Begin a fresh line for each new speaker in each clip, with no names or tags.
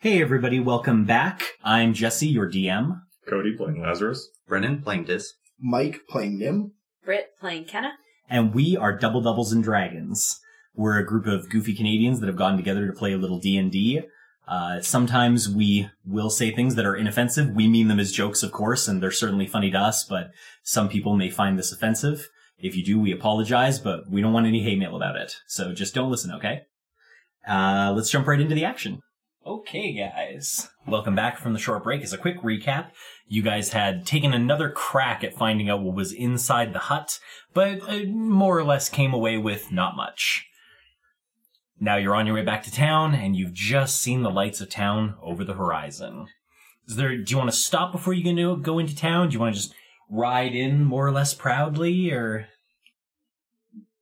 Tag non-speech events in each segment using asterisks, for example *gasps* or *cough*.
Hey everybody, welcome back. I'm Jesse, your DM.
Cody playing Lazarus.
Brennan playing Diz.
Mike playing Nim.
Britt playing Kenna.
and we are Double Doubles and Dragons. We're a group of goofy Canadians that have gotten together to play a little D and D. Uh, Sometimes we will say things that are inoffensive. We mean them as jokes, of course, and they're certainly funny to us. But some people may find this offensive. If you do, we apologize, but we don't want any hate mail about it. So just don't listen, okay? Uh, let's jump right into the action. Okay, guys. Welcome back from the short break. As a quick recap, you guys had taken another crack at finding out what was inside the hut but uh, more or less came away with not much. Now you're on your way back to town, and you've just seen the lights of town over the horizon. Is there? Do you want to stop before you gonna go into town? Do you want to just ride in more or less proudly, or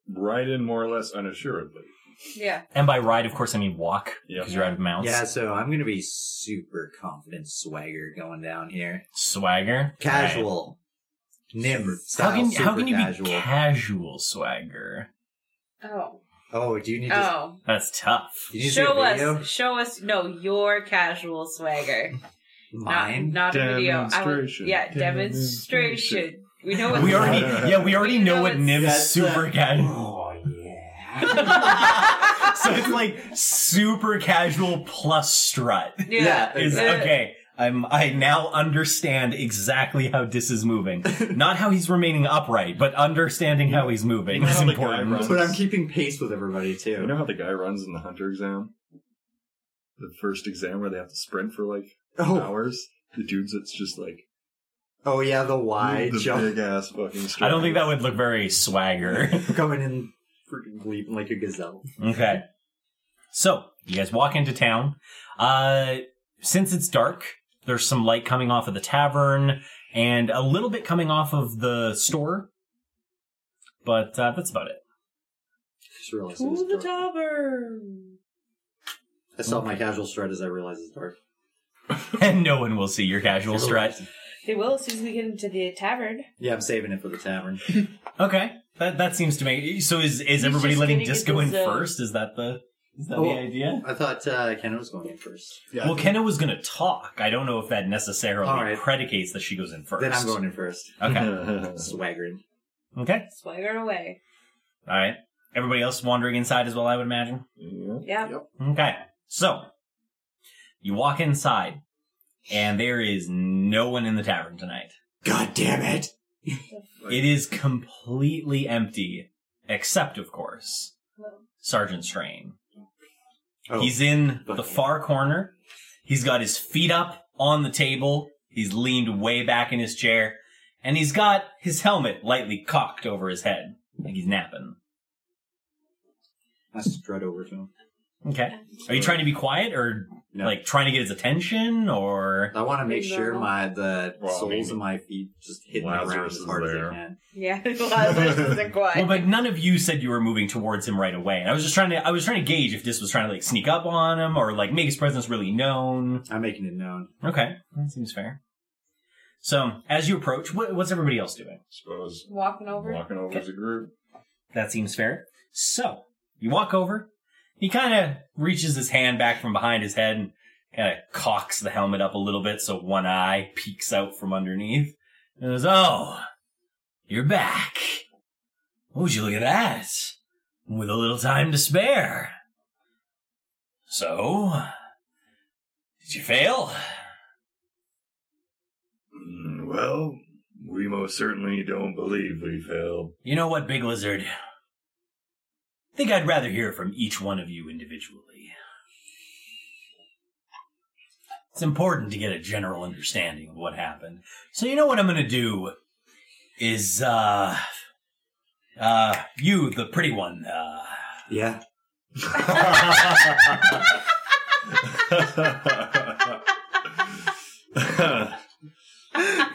Right in more or less unassuredly.
Yeah.
and by ride, of course, I mean walk
Yeah.
because you're out of mounts.
Yeah, so I'm gonna be super confident swagger going down here.
Swagger, Alright.
Casual. Nim style.
How can
super
how can you
casual.
be casual swagger?
Oh.
oh, do you need to
Oh.
That's tough.
do you need to see
show
a video?
us. Show us. No, your casual swagger.
Mine?
Not, not a video. I would,
Demonstration.
yeah, demonstration. We know what
We already
*laughs*
yeah we already
We
know
know
what
it's-
Nim's
That's, uh,
super casual.
Oh yeah. *laughs*
so it's like super casual plus strut.
Yeah,
Is
Uh,
okay. I'm I now understand exactly how Dis is moving. Not how he's remaining upright, but understanding how he's moving
You know how
is
the guy
important.
runs?
But I'm keeping pace with everybody
You
too.
know how the guy runs in the hunter exam? The first exam where they have to sprint for like
Oh,
hours? The dudes that's just like
oh yeah, the wide
the
jump
big ass fucking
I don't think that would look very
*laughs*
swagger.
coming in freaking leaping like a gazelle.
Okay. So, you guys walk into town. Uh, since it's dark, there's some light coming off of the tavern and a little bit coming off of the store. But uh, that's about it. *laughs*
Just realized it was
To the
dark.
tavern.
I saw my casual strut as I realized it's dark.
And no one will see your casual strut.
They will as soon as we get into the tavern.
Yeah, I'm saving it for the tavern.
Okay. That that seems to make so is is
He's
everybody
just
letting
getting
disco in
into the zone.
first? Is that the is that
Oh.
the idea?
I thought uh, Ken was going in first.
Yeah,
Well, Kenna was gonna talk. I don't know if that necessarily
All right.
predicates that she goes in first.
Then I'm going in first. *laughs*
Okay.
Swaggering.
okay.
Swagger away.
All right. Everybody else wandering inside as well, I would imagine.
*laughs* yeah.
Yeah.
Okay. So, you walk inside, and there is no one in the tavern tonight.
God damn it!
It is completely empty, except, of course, Sergeant Strain.
Oh,
He's in
fuck
the
yeah.
far corner. He's got his feet up on the table. He's leaned way back in his chair, and he's got his helmet lightly cocked over his head, like he's napping.
I strut over to him.
Okay. Are you trying to be quiet, or
No.
like trying to get his attention, or
I want to make
Is
sure
that-
my the
Well, I
soles
mean,
of my feet just hit the ground
Lazarus
as
is
hard as
there.
I can.
Yeah. *laughs* Lazarus isn't quiet.
Well, but none of you said you were moving towards him right away, and I was just trying to I was trying to gauge if this was trying to like sneak up on him or like make his presence really known.
I'm making it known.
Okay, that seems fair. So as you approach, what, what's everybody else doing?
Suppose
Walking over. *laughs*
walking over as a group.
That seems fair. So you walk over. He kind of reaches his hand back from behind his head and kind of cocks the helmet up a little bit so one eye peeks out from underneath. And goes, "Oh, you're back. Would you look at that? With a little time to spare. So, did you fail?
Mm, well, we most certainly don't believe we *laughs*
*laughs*
failed.
You know what, Big Lizard? I think I'd rather hear from each one of you individually. It's important to get a general understanding of what happened. So you know what I'm gonna do is uh uh you, the pretty one, uh *laughs*
Yeah.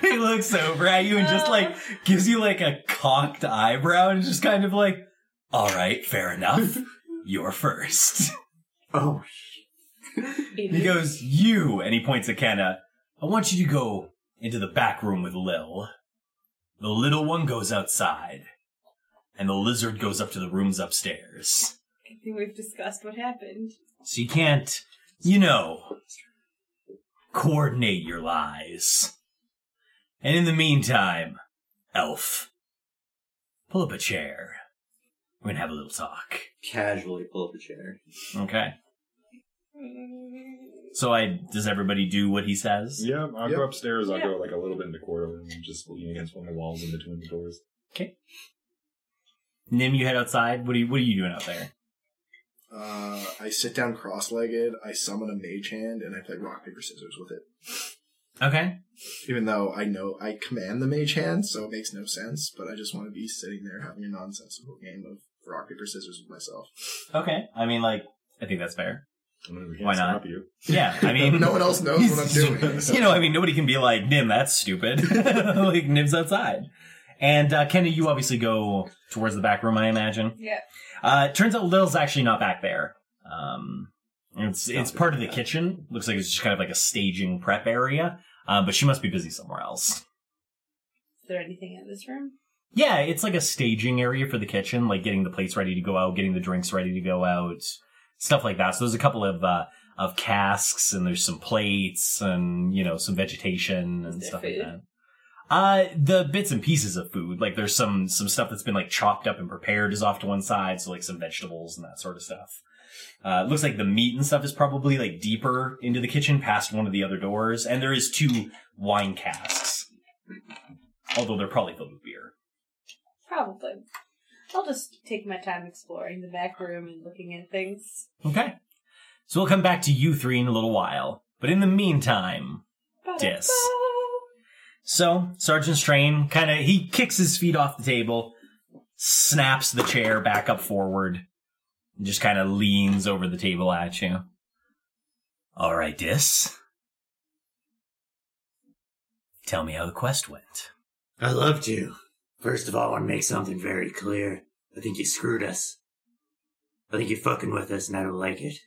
he looks over at you and just like gives you like a cocked eyebrow and is just kind of like, Alright, fair enough. You're first.
Oh,
He goes, You, and he points at Kenna. I want you to go into the back room with Lil. The little one goes outside, and the lizard goes up to the rooms upstairs.
I think we've discussed what happened.
So you can't, you know, coordinate your lies. And in the meantime, elf, pull up a chair. We're gonna have a little talk.
Casually pull up a chair.
Okay. So I does everybody do what he says?
Yeah, I'll
Yep.
go upstairs. I'll
Yeah.
go like a little bit in the corridor and just lean against one of the walls in between the doors.
Nim, you head outside. What are you What are you doing out there?
Uh, I sit down cross-legged. I summon a mage hand, and I play rock paper scissors with it.
Okay.
Even though I know I command the mage hand, so it makes no sense. But I just want to be sitting there having a nonsensical game of rock paper scissors with myself.
Okay. I mean, like, I think that's
*laughs*
fair.
I'm gonna
Why not?
stop you.
Yeah. I mean,
no one else
*laughs*
knows what I'm doing.
you know, I mean, nobody can be like Nim. That's stupid. *laughs* like Nim's outside. And uh, Kenny, you obviously go towards the back room, I imagine.
Yeah.
Uh, it turns out Lil's actually not back there. Um, it's
Not
it's part of the
back.
kitchen. Looks like it's just kind of like a staging prep area. Uh, but she must be busy somewhere else.
Is there anything in this room?
Yeah, it's like a staging area for the kitchen, like getting the plates ready to go out, getting the drinks ready to go out, stuff like that. So there's a couple of uh, of casks and there's some plates and you know some vegetation
Is
and
there
stuff
food?
like that. Uh, the bits and pieces of food, like there's some some stuff that's been like chopped up and prepared is off to one side, so like some vegetables and that sort of stuff. Uh, it looks like the meat and stuff is probably like deeper into the kitchen, past one of the other doors, and there is two wine casks, although they're probably filled with beer.
Probably. I'll just take my time exploring the back room and looking at things.
Okay, so we'll come back to you three in a little while, but in the meantime, Yes. So Sergeant Strain kind of he kicks his feet off the table, snaps the chair back up forward, and just kind of leans over the table at you. All right, Dis. Tell me how the quest went.
I'd love to. First of all, I want to make something very clear. I think you screwed us. I think you're fucking with us, and I don't like it.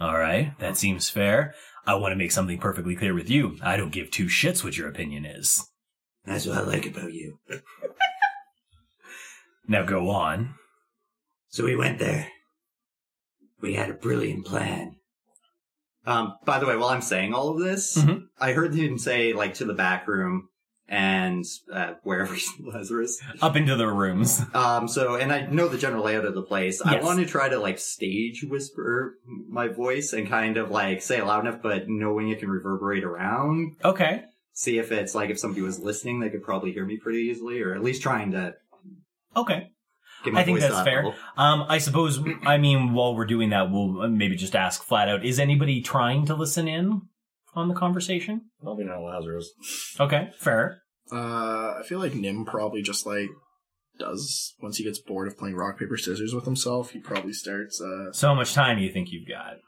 All right, that seems fair. I want to make something perfectly clear with you. I don't give two shits what your opinion is.
That's what I like about you.
Now go on.
So we went there. We had a brilliant plan. Um, by the way, while I'm saying all of this,
Mhm.
I heard him say, like, to the back room and uh, wherever *laughs* Lazarus.
Up into the rooms. *laughs*
Um, so, and I know the general layout of the place. I
Yes.
want to try to, like, stage whisper my voice and kind of, like, say it loud enough, but knowing it can reverberate around.
Okay.
See if it's, like, if somebody was listening, they could probably hear me pretty easily, or at least trying to
Okay.
get my
I think
voice
that's
up.
fair. Um, I suppose. I mean, while we're doing that, we'll uh, maybe just ask flat out: Is anybody trying to listen in on the conversation?
Probably not Lazarus.
Okay, fair.
Uh, I feel like Nim probably just like does once he gets bored of playing rock paper scissors with himself. He probably starts. Uh,
So how much time do you think you've got? *laughs*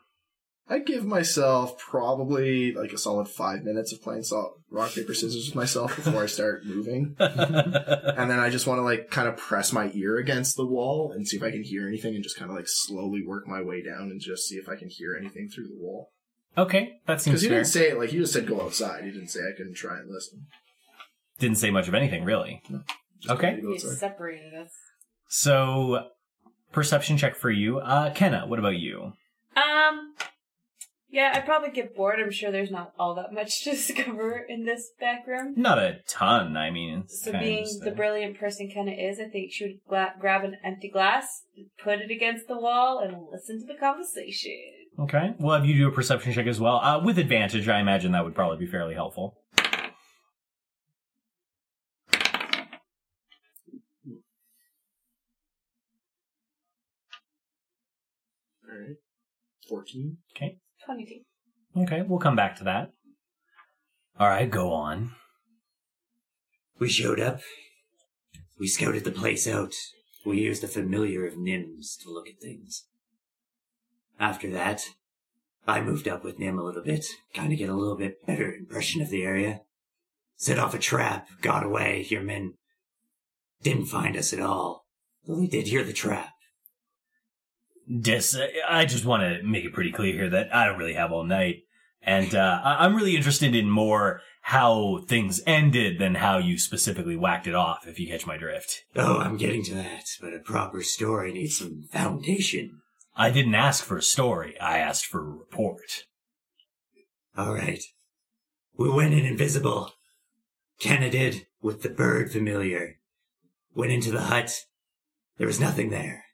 I give myself probably like a solid five minutes of playing sol- rock paper scissors with myself before
*laughs*
I start moving, and then I just want to like kind of press my ear against the wall and see if I can hear anything, and just kind of like slowly work my way down and just see if I can hear anything through the wall.
okay, that
Because
seems
he
fair.
didn't say like he just said go outside. He didn't say I couldn't try and listen.
Didn't say much of anything really.
Just
Okay.
go
You
outside.
separated us.
So, perception check for you, uh, Kenna. What about you?
Um. Yeah, I'd probably get bored. I'm sure there's not all that much *laughs* to discover in this back room.
Not a ton. I mean, it's
So
kinda
being
just
the
a-
brilliant person Kenna is, I think she would gla- grab an empty glass, put it against the wall, and listen to the conversation.
okay. We'll have you do a perception check as well, uh, with advantage. I imagine that would probably be fairly helpful.
All right. Fourteen.
Twenty-two.
Okay, we'll come back to that. All right, go on.
We showed up. We scouted the place out. We used a familiar of Nim's to look at things. After that, I moved up with Nim a little bit, kind of get a little bit better impression of the area. Set off a trap, got away, your men didn't find us at all. Though they did hear the trap.
Dis, I just want to make it pretty clear here that I don't really have all night, and uh, I- I'm really interested in more how things ended than how you specifically whacked it off. If you catch my drift,
Oh, I'm getting to that, but a proper story needs some foundation.
I didn't ask for a story; I asked for a report.
All right. We went in invisible. Kenna did with the bird familiar. Went into the hut. There was nothing there.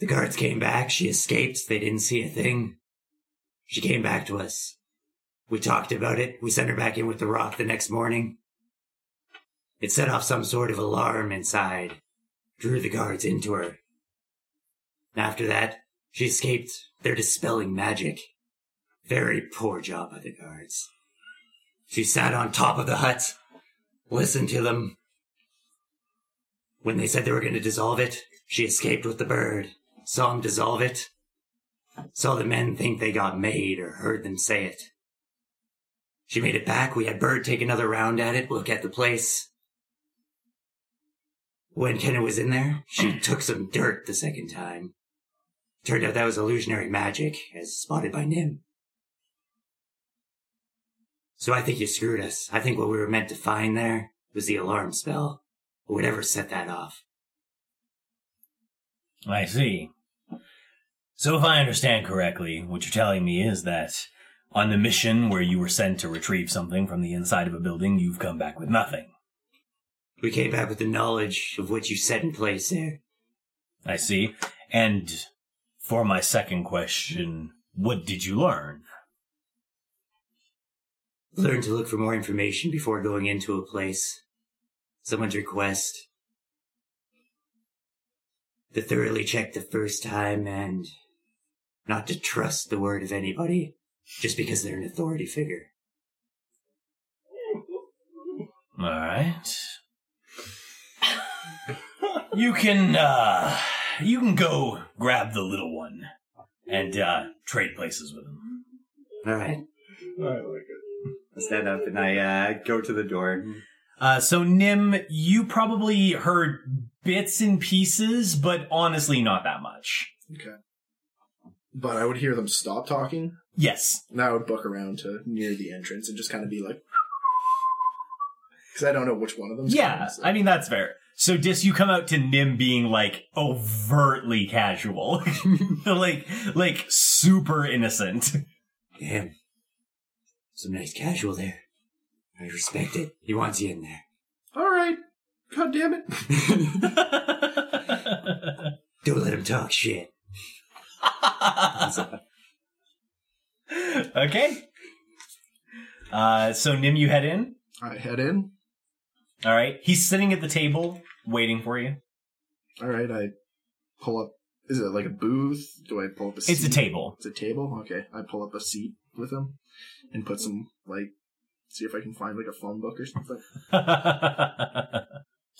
The guards came back. She escaped. They didn't see a thing. She came back to us. We talked about it. We sent her back in with the rock the next morning. It set off some sort of alarm inside, drew the guards into her. After that, she escaped. They're dispelling magic. Very poor job by the guards. She sat on top of the hut, listened to them. When they said they were going to dissolve it, she escaped with the bird, saw him dissolve it, saw the men think they got made or heard them say it. She made it back. We had Bird take another round at it, look at the place. When Kenna was in there, she took some dirt the second time. Turned out that was illusionary magic, as spotted by Nim. So I think you screwed us. I think what we were meant to find there was the alarm spell, or whatever set that off.
I see. So, if I understand correctly, what you're telling me is that on the mission where you were sent to retrieve something from the inside of a building, you've come back with nothing.
We came back with the knowledge of what you set in place there.
I see. And for my second question, what did you learn?
Learn to look for more information before going into a place. Someone's request. To thoroughly check the first time and not to trust the word of anybody just because they're an authority figure.
All right. you can uh you can go grab the little one and uh trade places with him.
All right.
I like it.
I stand up and I uh, go to the door.
Uh, so Nim, you probably heard bits and pieces, but honestly, not that much.
Okay. But I would hear them stop talking,
Yes.
and I would book around to near the entrance and just kind of be like, *laughs* because I don't know which one of them.
Yeah. I mean, that's fair. So Dis, you come out to Nim being like overtly casual, *laughs* like like super innocent. *laughs*
Damn. Some nice casual there. I respect it. He wants you in there.
all right. God damn it!
Don't let him talk shit.
*laughs* okay. Uh, so Nim, you head in.
I head in.
All right. He's sitting at the table waiting for you.
All right, I pull up. Is it like a booth? Do I pull up a?
It's a
seat?
table. *laughs*
It's a table. Okay, I pull up a seat with him and put some like. See if I can find like a phone book or something.
the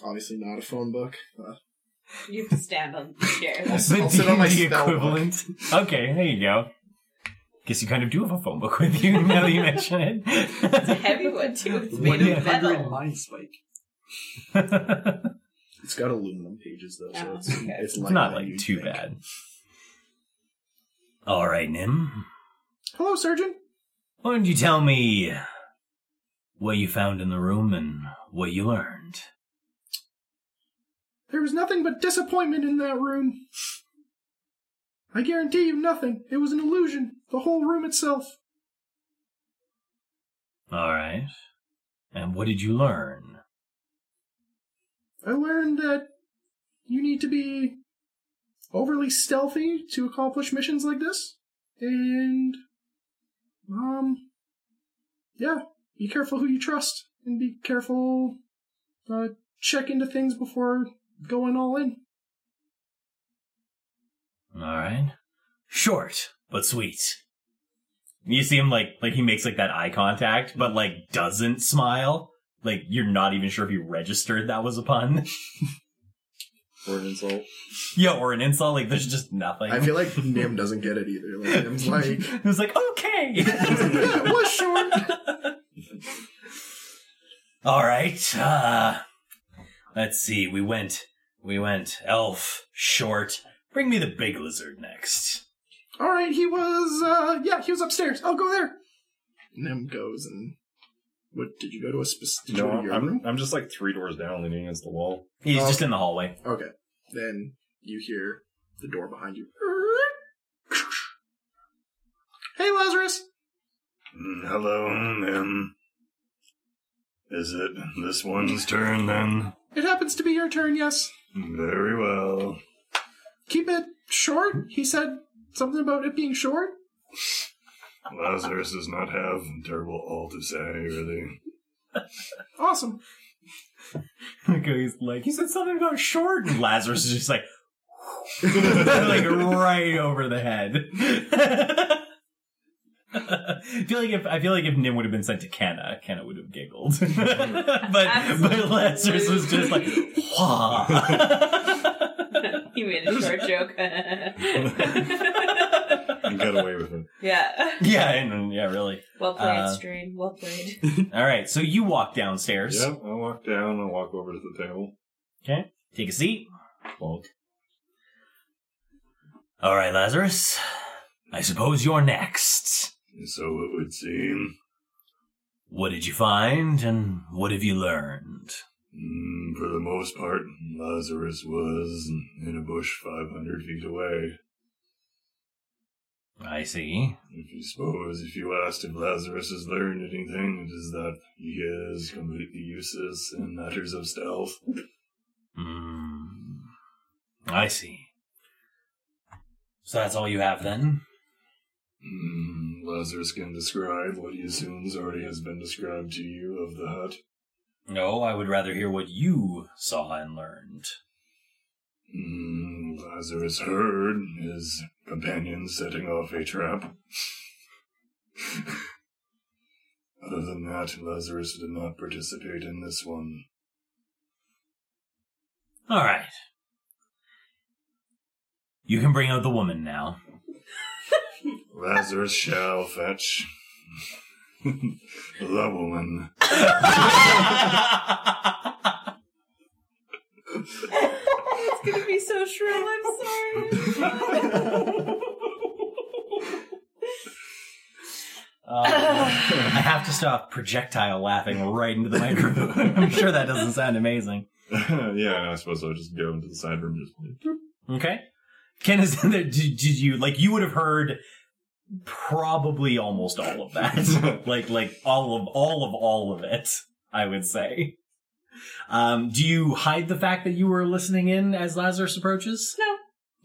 Obviously not a phone book. Uh,
You have to stand on the chair.
I'll, I'll sit on my
D&D
spell book.
equivalent. Okay, there you go. Guess you kind of do have a phone book with you now that you mention
It's a
it. *laughs*
heavy one too. It's made of metal.
mind spike.
It's got aluminum pages though, so
Oh,
it's,
okay.
it's,
it's
lighter
not
than
like
you'd
too
think.
bad.
All right, Nim.
Hello, surgeon.
Why don't you tell me what you found in the room and what you learned?
There was nothing but disappointment in that room. I guarantee you nothing. It was an illusion. The whole room itself.
All right. And what did you learn?
I learned that you need to be overly stealthy to accomplish missions like this. And um yeah, be careful who you trust and be careful uh check into things before going all in.
All right.
Short, but sweet. You see him like like he makes like that eye contact, but like doesn't smile. Like you're not even sure if he registered that was a pun. *laughs*
Or an insult.
yeah, or an insult. Like there's just nothing.
I feel like Nim doesn't get it either.
*laughs*
Like *laughs* Nim's like
it was like okay. *laughs*
"Yeah, it was short.
All right. Uh, let's see. We went. We went elf, short. Bring me the big lizard next.
Alright, he was uh yeah, he was upstairs. I'll go there. Nim goes and what did you go to a specific
No, I'm, I'm just like three doors down, leaning against the wall.
He's just in the hallway.
Oh, Okay. Then you hear the door behind you. Hey, Lazarus!
No.
Hello, then. Is it this one's turn then?
It happens to be your turn, yes.
Very well.
Keep it short. He said something about it being short.
Lazarus does not have a terrible all to say, really.
Awesome.
He's *laughs* like, he said something about short, and Lazarus is just like, *laughs* *laughs* like
*laughs*
right over the head. *laughs* I feel like if I feel like if Nim would have been sent to Kenna, Kenna would have giggled, *laughs* but but Lazarus was just like, "Wah."
*laughs* he made a short joke.
and got away with it.
yeah.
*laughs* yeah, and yeah, really.
Well played,
Uh,
Strain. Well played. *laughs*
All right, so you walk downstairs,
Yep, I walk down, I walk over to the table.
take a seat.
Bonk.
All right, Lazarus. I suppose you're next.
So it would seem.
What did you find, and what have you learned?
Mm, for the most part, Lazarus was in a bush 500 feet away.
I see.
If you suppose, if you asked if Lazarus has learned anything, it is that he is completely useless in matters of stealth.
Hmm. I see. So that's all you have then?
Mm, Lazarus can describe what he assumes already has been described to you of the hut.
No, I would rather hear what you saw and learned.
Mm, Lazarus heard his companion setting off a trap. *laughs* Other than that, Lazarus did not participate in this one.
All right. You can bring out the woman now.
Lazarus shall fetch *laughs* the woman.
it's gonna be so shrill. I'm sorry.
Um,
Uh, I have to stop projectile laughing right into the microphone. I'm sure that doesn't sound amazing.
*laughs* yeah, I suppose I'll just go into the side room. Just
Okay. Ken is in there. Did, did you like you would have heard probably almost all of that. like like all of all of all of it, I would say. Um, do you hide the fact that you were listening in as Lazarus approaches?
*laughs*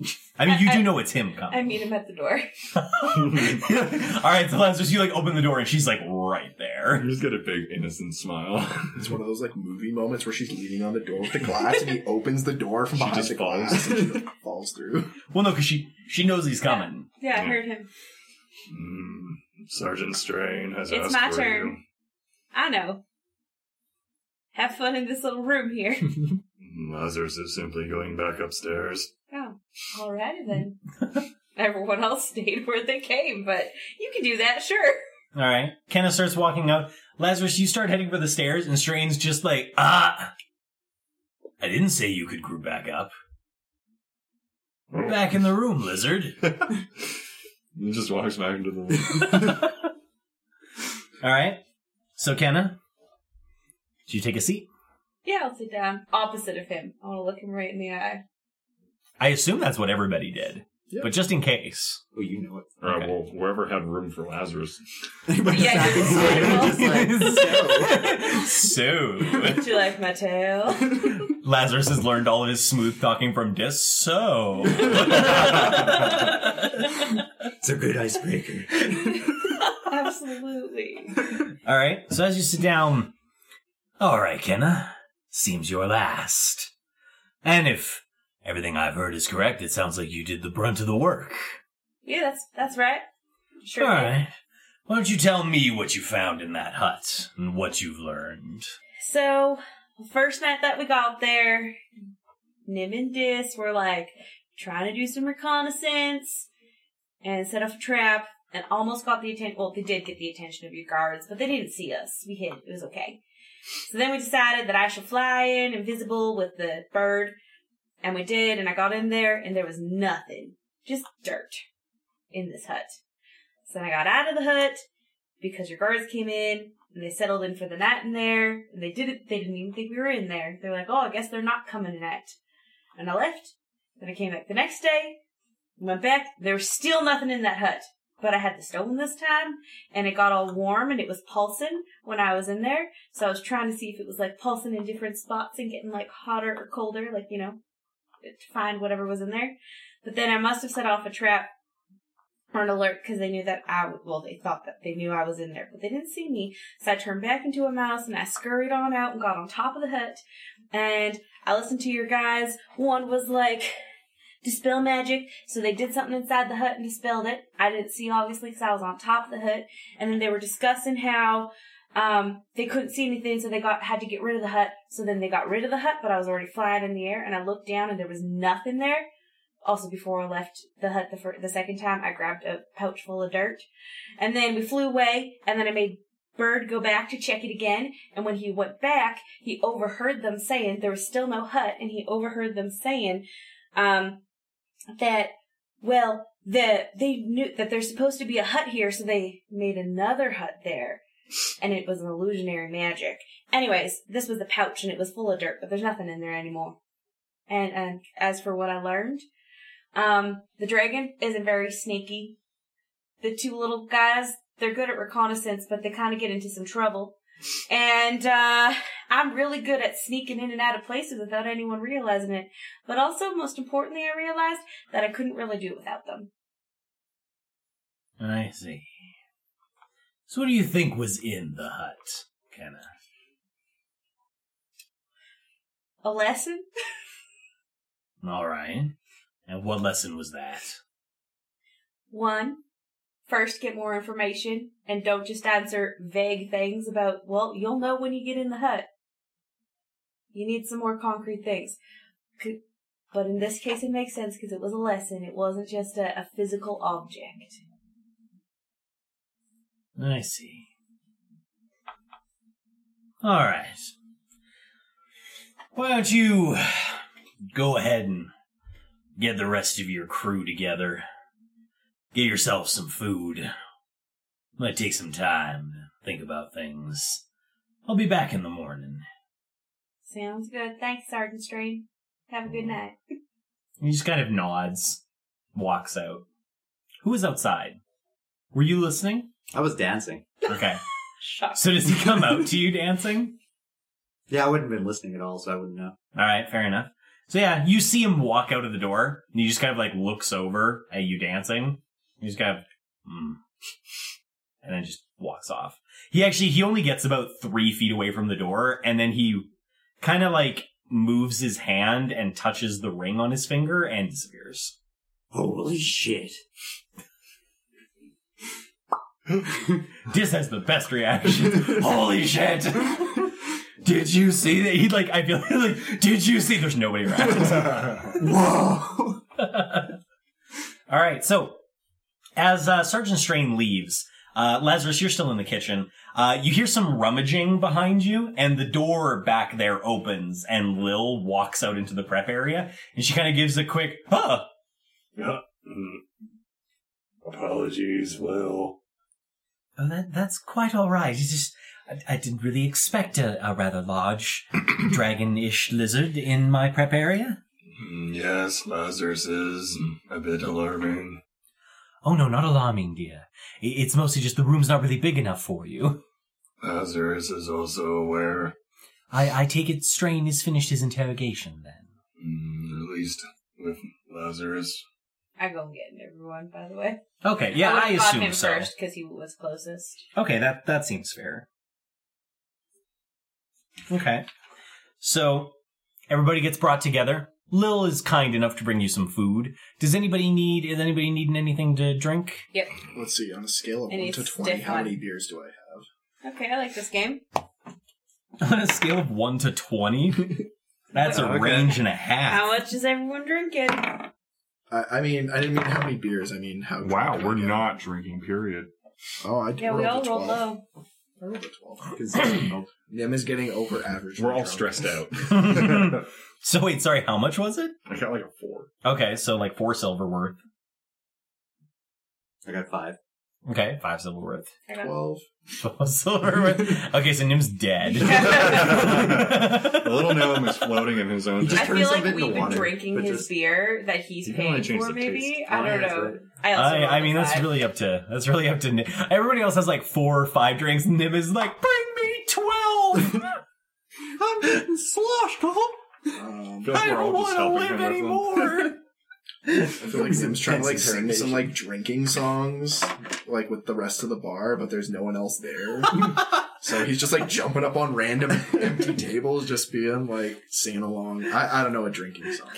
No.
I mean, you
I-
do
I-
know it's him coming.
I meet him at the door.
*laughs* all right, so Lazarus, you like open the door and she's like right
*laughs*
there.
you just get a big innocent smile. *laughs*
It's one of those like movie moments where she's leaning on the door with the glass, and *laughs* he opens the door from
She
behind
just
the glass,
falls.
and she like, falls through.
Well, no, because she she knows he's coming.
Yeah, I heard him.
Mm,
Hmm,
Sergeant Strain has asked
It's my
for
turn. I know. Have fun in this little room here. *laughs*
Hmm,
you. Lazarus is simply going back upstairs.
Oh, alrighty then. Everyone else stayed where they came, but you can do that, sure.
All right, Kenna starts walking out. Lazarus, you start heading for the stairs, and Strain's just like ah.
I didn't say you could group back up. We're back in the room, lizard.
He just walks back into the room.
*laughs*
All right. So Kenna, do you take a seat?
Yeah, I'll sit down opposite of him. I want to look him right in the eye.
I assume that's what everybody did,
Yep.
but just in
*laughs*
case.
Oh, you know it.
All right, uh, well, whoever had room for Lazarus.
Yeah,
*laughs*
just
so
Do you like my tail?
Lazarus has learned all of his smooth talking from Dis. So
It's a good icebreaker.
Absolutely.
all right. So as you sit down,
All right, Kenna. Seems you're last. And if everything I've heard is correct, it sounds like you did the brunt of the work.
Yeah, that's that's right. Sure.
All right. Why don't you tell me what you found in that hut and what you've learned?
So, the first night that we got there, Nim and Dis were like trying to do some reconnaissance and set off a trap and almost got the attention. Well, they did get the attention of your guards, but they didn't see us. We hid. It was okay. So then we decided that I should fly in invisible with the bird, and we did. And I got in there, and there was nothing, just dirt in this hut. So then I got out of the hut because your guards came in and they settled in for the night in there. And they didn't they didn't even think we were in there. They're like, Oh, I guess they're not coming tonight. And I left. Then I came back the next day, went back, there was still nothing in that hut. but I had the stone this time, and it got all warm and it was pulsing when I was in there. So I was trying to see if it was like pulsing in different spots and getting like hotter or colder, like you know, to find whatever was in there. But then I must have set off a trap or an alert because they knew that I would. Well, they thought that they knew I was in there, but they didn't see me. So I turned back into a mouse and I scurried on out and got on top of the hut. And I listened to your guys. One was like, dispel magic. So they did something inside the hut and dispelled it. I didn't see obviously because I was on top of the hut. And then they were discussing how um, they couldn't see anything, so they got had to get rid of the hut. So then they got rid of the hut, but I was already flying in the air, and I looked down and there was nothing there. Also, before I left the hut the fir- the second time, I grabbed a pouch full of dirt, and then we flew away. And then I made Bird go back to check it again. And when he went back, he overheard them saying there was still no hut, and he overheard them saying, um, that well the they knew that there's supposed to be a hut here so they made another hut there and it was an illusionary magic anyways this was the pouch and it was full of dirt but there's nothing in there anymore and, and as for what i learned um the dragon isn't very sneaky the two little guys they're good at reconnaissance but they kind of get into some trouble and uh i'm really good at sneaking in and out of places without anyone realizing it but also most importantly i realized that i couldn't really do it without them
I see. So, what do you think was in the hut, Kenna?
a lesson
All right. And what lesson was that?
One, first get more information and don't just answer vague things about, well, you'll know when you get in the hut. You need some more concrete things. C- But in this case, it makes sense because it was a lesson. It wasn't just a, a physical object.
I see. All right. Why don't you go ahead and get the rest of your crew together? Get yourself some food. Might take some time to think about things. I'll be back in the morning.
Sounds good. Thanks, Sergeant Strain. Have a good night.
He just kind of nods, walks out. Who was outside? Were you listening?
*laughs* I was dancing.
Okay.
Shocked.
So does he come out to you dancing?
Yeah, I wouldn't have been listening at all, so I wouldn't know.
All right, fair enough. So yeah, you see him walk out of the door, and he just kind of like looks over at you dancing. He just kind of, hmm, and then just walks off. He actually he only gets about three feet away from the door, and then he kind of like moves his hand and touches the ring on his finger and disappears.
Holy shit.
Dis has the best reaction. Holy shit! Did you see that? He like I feel *laughs* like did you see? There's nobody around.
Hmm,
*laughs* Whoa!
All right. So, as uh, Sergeant Strain leaves, uh, Lazarus, you're still in the kitchen. Uh, you hear some rummaging behind you, and the door back there opens, and Lil walks out into the prep area, and she kind of gives a quick, huh,
Apologies, Will.
Oh, that, that's quite all right. It's just I, I didn't really expect a, a rather large *clears throat* dragon-ish lizard in my prep area.
Hmm,
Mm, Yes, Lazarus is a bit alarming.
Oh no, not alarming, dear. I- It's mostly just the room's not really big enough for you.
Lazarus is also aware,
I, I take it Strain has finished his interrogation then.
Hmm,
mm, at least with Lazarus.
I go and get everyone, by the way.
Okay, yeah, I,
would've caught
assume
him
so.
first because he was closest.
Okay, that that seems fair. Okay. So everybody gets brought together. Lil is kind enough to bring you some food. Does anybody need is anybody needing anything to drink? *laughs*
Let's see. On a scale of
Any
one to twenty,
stiff
how many
one.
beers do I have?
Okay, I like this game.
On a scale of one to twenty? *laughs* That's a
Okay.
range and a half.
How much is everyone drinking?
I, I mean, I didn't mean how many beers. I mean how.
Wow,
drunk I
we're
get.
not drinking, period.
Oh, I
Yeah, we all rolled low.
I rolled a twelve. Nim is getting over average.
We're all
drunk.
stressed *laughs* out.
*laughs* so wait, sorry, how much was it?
I got like a four.
Okay, so like four silver worth.
I got five.
Okay, five silver *laughs* worth.
I got
Twelve.
Twelve silver worth. Okay, so Nim's dead.
The
*laughs*
little gnome is floating in his own.
He just
I
thing.
turns
feel like
something into
we've been
water,
drinking
but
his
just-
beer that he's
You can only
paying
change
for,
the
maybe.
taste.
I don't
That's
know.
right.
I also
I,
rolled
I
a
mean, that's
five.
really up to that's really up to Nim. Everybody else has like four or five drinks. Nim is like, bring me
*laughs*
twelve. I'm getting sloshed up.
*laughs*
Um,
I feel like we're all just helping him with them. *laughs*
I feel like Zim's trying to like
Intense
sing some
interrogation.
like drinking songs, like with the rest of the bar, but there's no one else there. so he's just like jumping up on random *laughs* empty tables, just being like singing along. I, I don't know a drinking song.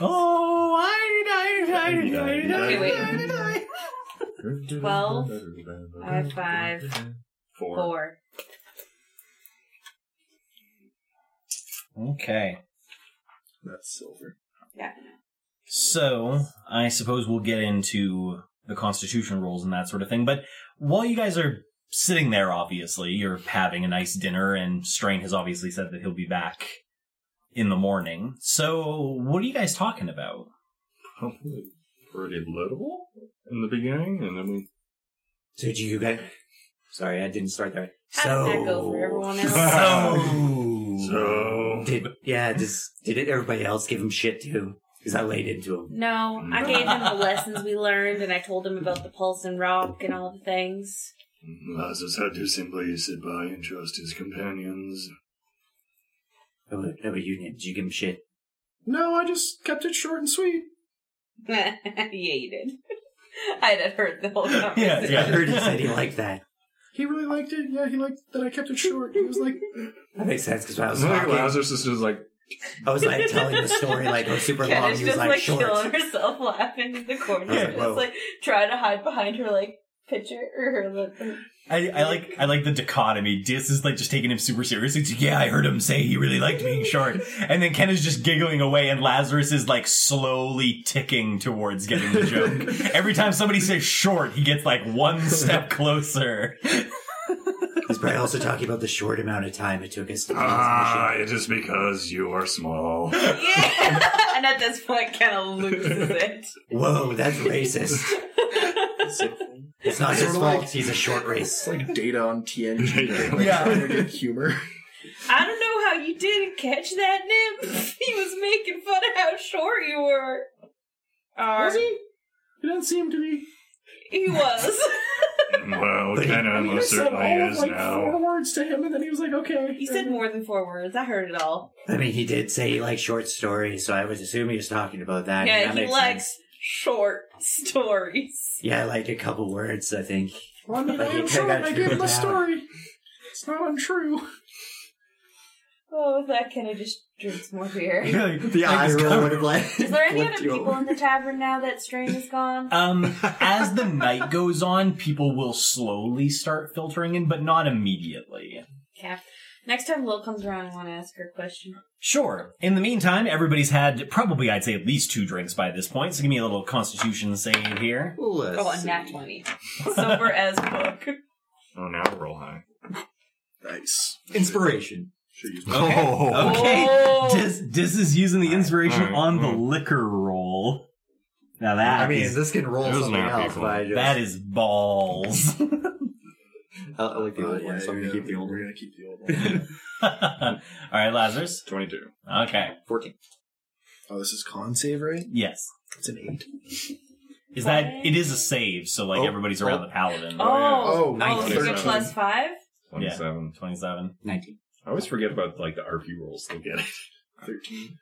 oh, I, I, I, I,
Okay, wait. Twelve. I
I
have five.
Four.
Four.
Okay,
That's silver.
so I suppose we'll get into the Constitution rules and that sort of thing. But while you guys are sitting there, obviously you're having a nice dinner, and Strain has obviously said that he'll be back in the morning. So, what are you guys talking about?
Probably pretty little in the beginning, and then we.
So do you guys? Sorry, I didn't start there.
How
so
did that go for everyone else?
so
Oh.
So
did yeah? Does did it, everybody else give him shit too? Because I laid into him.
No, I gave him the lessons we learned, and I told him about the pulse and rock and all the *laughs* things.
Mm-hmm.
Lazarus had to simply sit by and trust his companions.
How about, how about you, Nim? Did you give him shit?
No, I just kept it short and sweet.
yeah, you did. I had heard the whole conversation.
Yeah.
I heard he said he liked that.
He really liked it. Yeah, he liked that I kept it short. He was like,
That makes sense because I
I
*laughs*
was
think
talking,
Lazarus is just like
I was like telling the story like it was super
Ken
long.
is
He was
just
like,
like
short.
killing herself laughing in the corner,
Yeah.
just
Whoa.
like trying to hide behind her like picture or her. lip-
I, I like I like the dichotomy. Dis is like just taking him super seriously. It's like, yeah, I heard him say he really liked being short, and then Ken is just giggling away, and Lazarus is like slowly ticking towards getting the joke. *laughs* Every time somebody says short, he gets like one step closer.
He's probably also talking about the short amount of time it took us to
Ah, it is because you are small.
Yeah, *laughs* and at this point, kind of loses it.
Whoa, that's racist. It's not his
Sorta
fault.
like-
He's a short
it's
race.
like data on TNG.
Yeah.
Like, yeah, trying to get humor.
I don't know how you didn't catch that, Nip. *laughs* He was making fun of how short you were. Or,
Was he? He doesn't seem to be.
He *laughs* was.
well,
But he-
Ken
I mean, I
almost
said
certainly
all of
is
like four
now.
words to him, and then he was like, "Okay."
he said more than four words. I heard it all.
I mean, he did say he likes short stories, so I was assuming he was talking about that. and
yeah,
that
he
makes
likes
sense.
short stories.
Yeah, like a couple words, I think.
Well, I mean, I
Like, he
am
kinda
short.
got
and I
through
gave him a
that.
story. It's not untrue.
Oh, that kind of just drinks more beer.
the
have
*laughs*
like.
Is there any other people in the tavern now that Strain is gone?
Um, as the night goes on, people will slowly start filtering in, but not immediately.
*laughs* Yeah. Next time Lil comes around, I want to ask her a question.
Sure. In the meantime, everybody's had probably I'd say at least two drinks by this point. So give me a little Constitution save here.
Go on, Oh, nat 20. Sober as fuck.
Oh, now roll high.
Nice.
Inspiration.
Oh,
Okay.
Oh.
Dis, Dis is using the inspiration
Mm,
Alright,
on the
alright.
liquor roll. Now that is-
this can roll
It was something not else, people. but I
that is balls. *laughs*
I, like the old one, so I'm gonna keep the old
Uh, We're gonna
one.
keep the old
*laughs*
one.
All right, Lazarus.
twenty-two.
Okay.
14.
oh, this is con save, right?
Yes.
It's an eight.
Is that it is a save? So like
Oh,
everybody's around the paladin.
Oh,
Oh,
oh, so you're
19.
plus five?
Twenty-seven.
Twenty-seven.
19.
I always forget about like the RP rolls. Look at it.
Thirteen.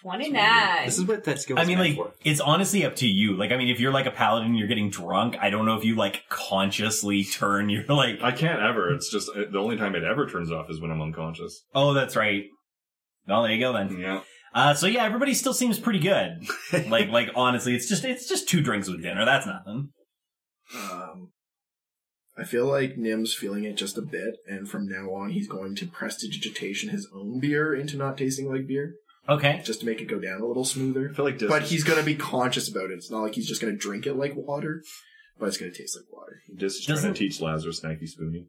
29.
This is what that skill
I mean, like
for.
it's honestly up to you. Like, I mean, if you're like a paladin, and you're getting drunk. I don't know if you like consciously turn. You're like,
I can't ever. It's just uh, the only time it ever turns off is when I'm unconscious.
oh, that's right. Well, there you go
Hmm.
then.
Yeah.
Uh, so yeah, everybody still seems pretty
*laughs*
good. like, like honestly, it's just it's just two drinks with dinner. That's nothing.
Um, I feel like Nim's feeling it just a bit, and from now on, he's going to prestidigitation his own beer into not tasting like beer,
*laughs*
Okay.
just to make it go down a little smoother.
I feel like Dis
But
is-
he's gonna be conscious about it. It's not like he's just gonna drink it like water, but it's gonna taste like water.
Dis is
Doesn't-
trying to teach Lazarus Nike Spoonie.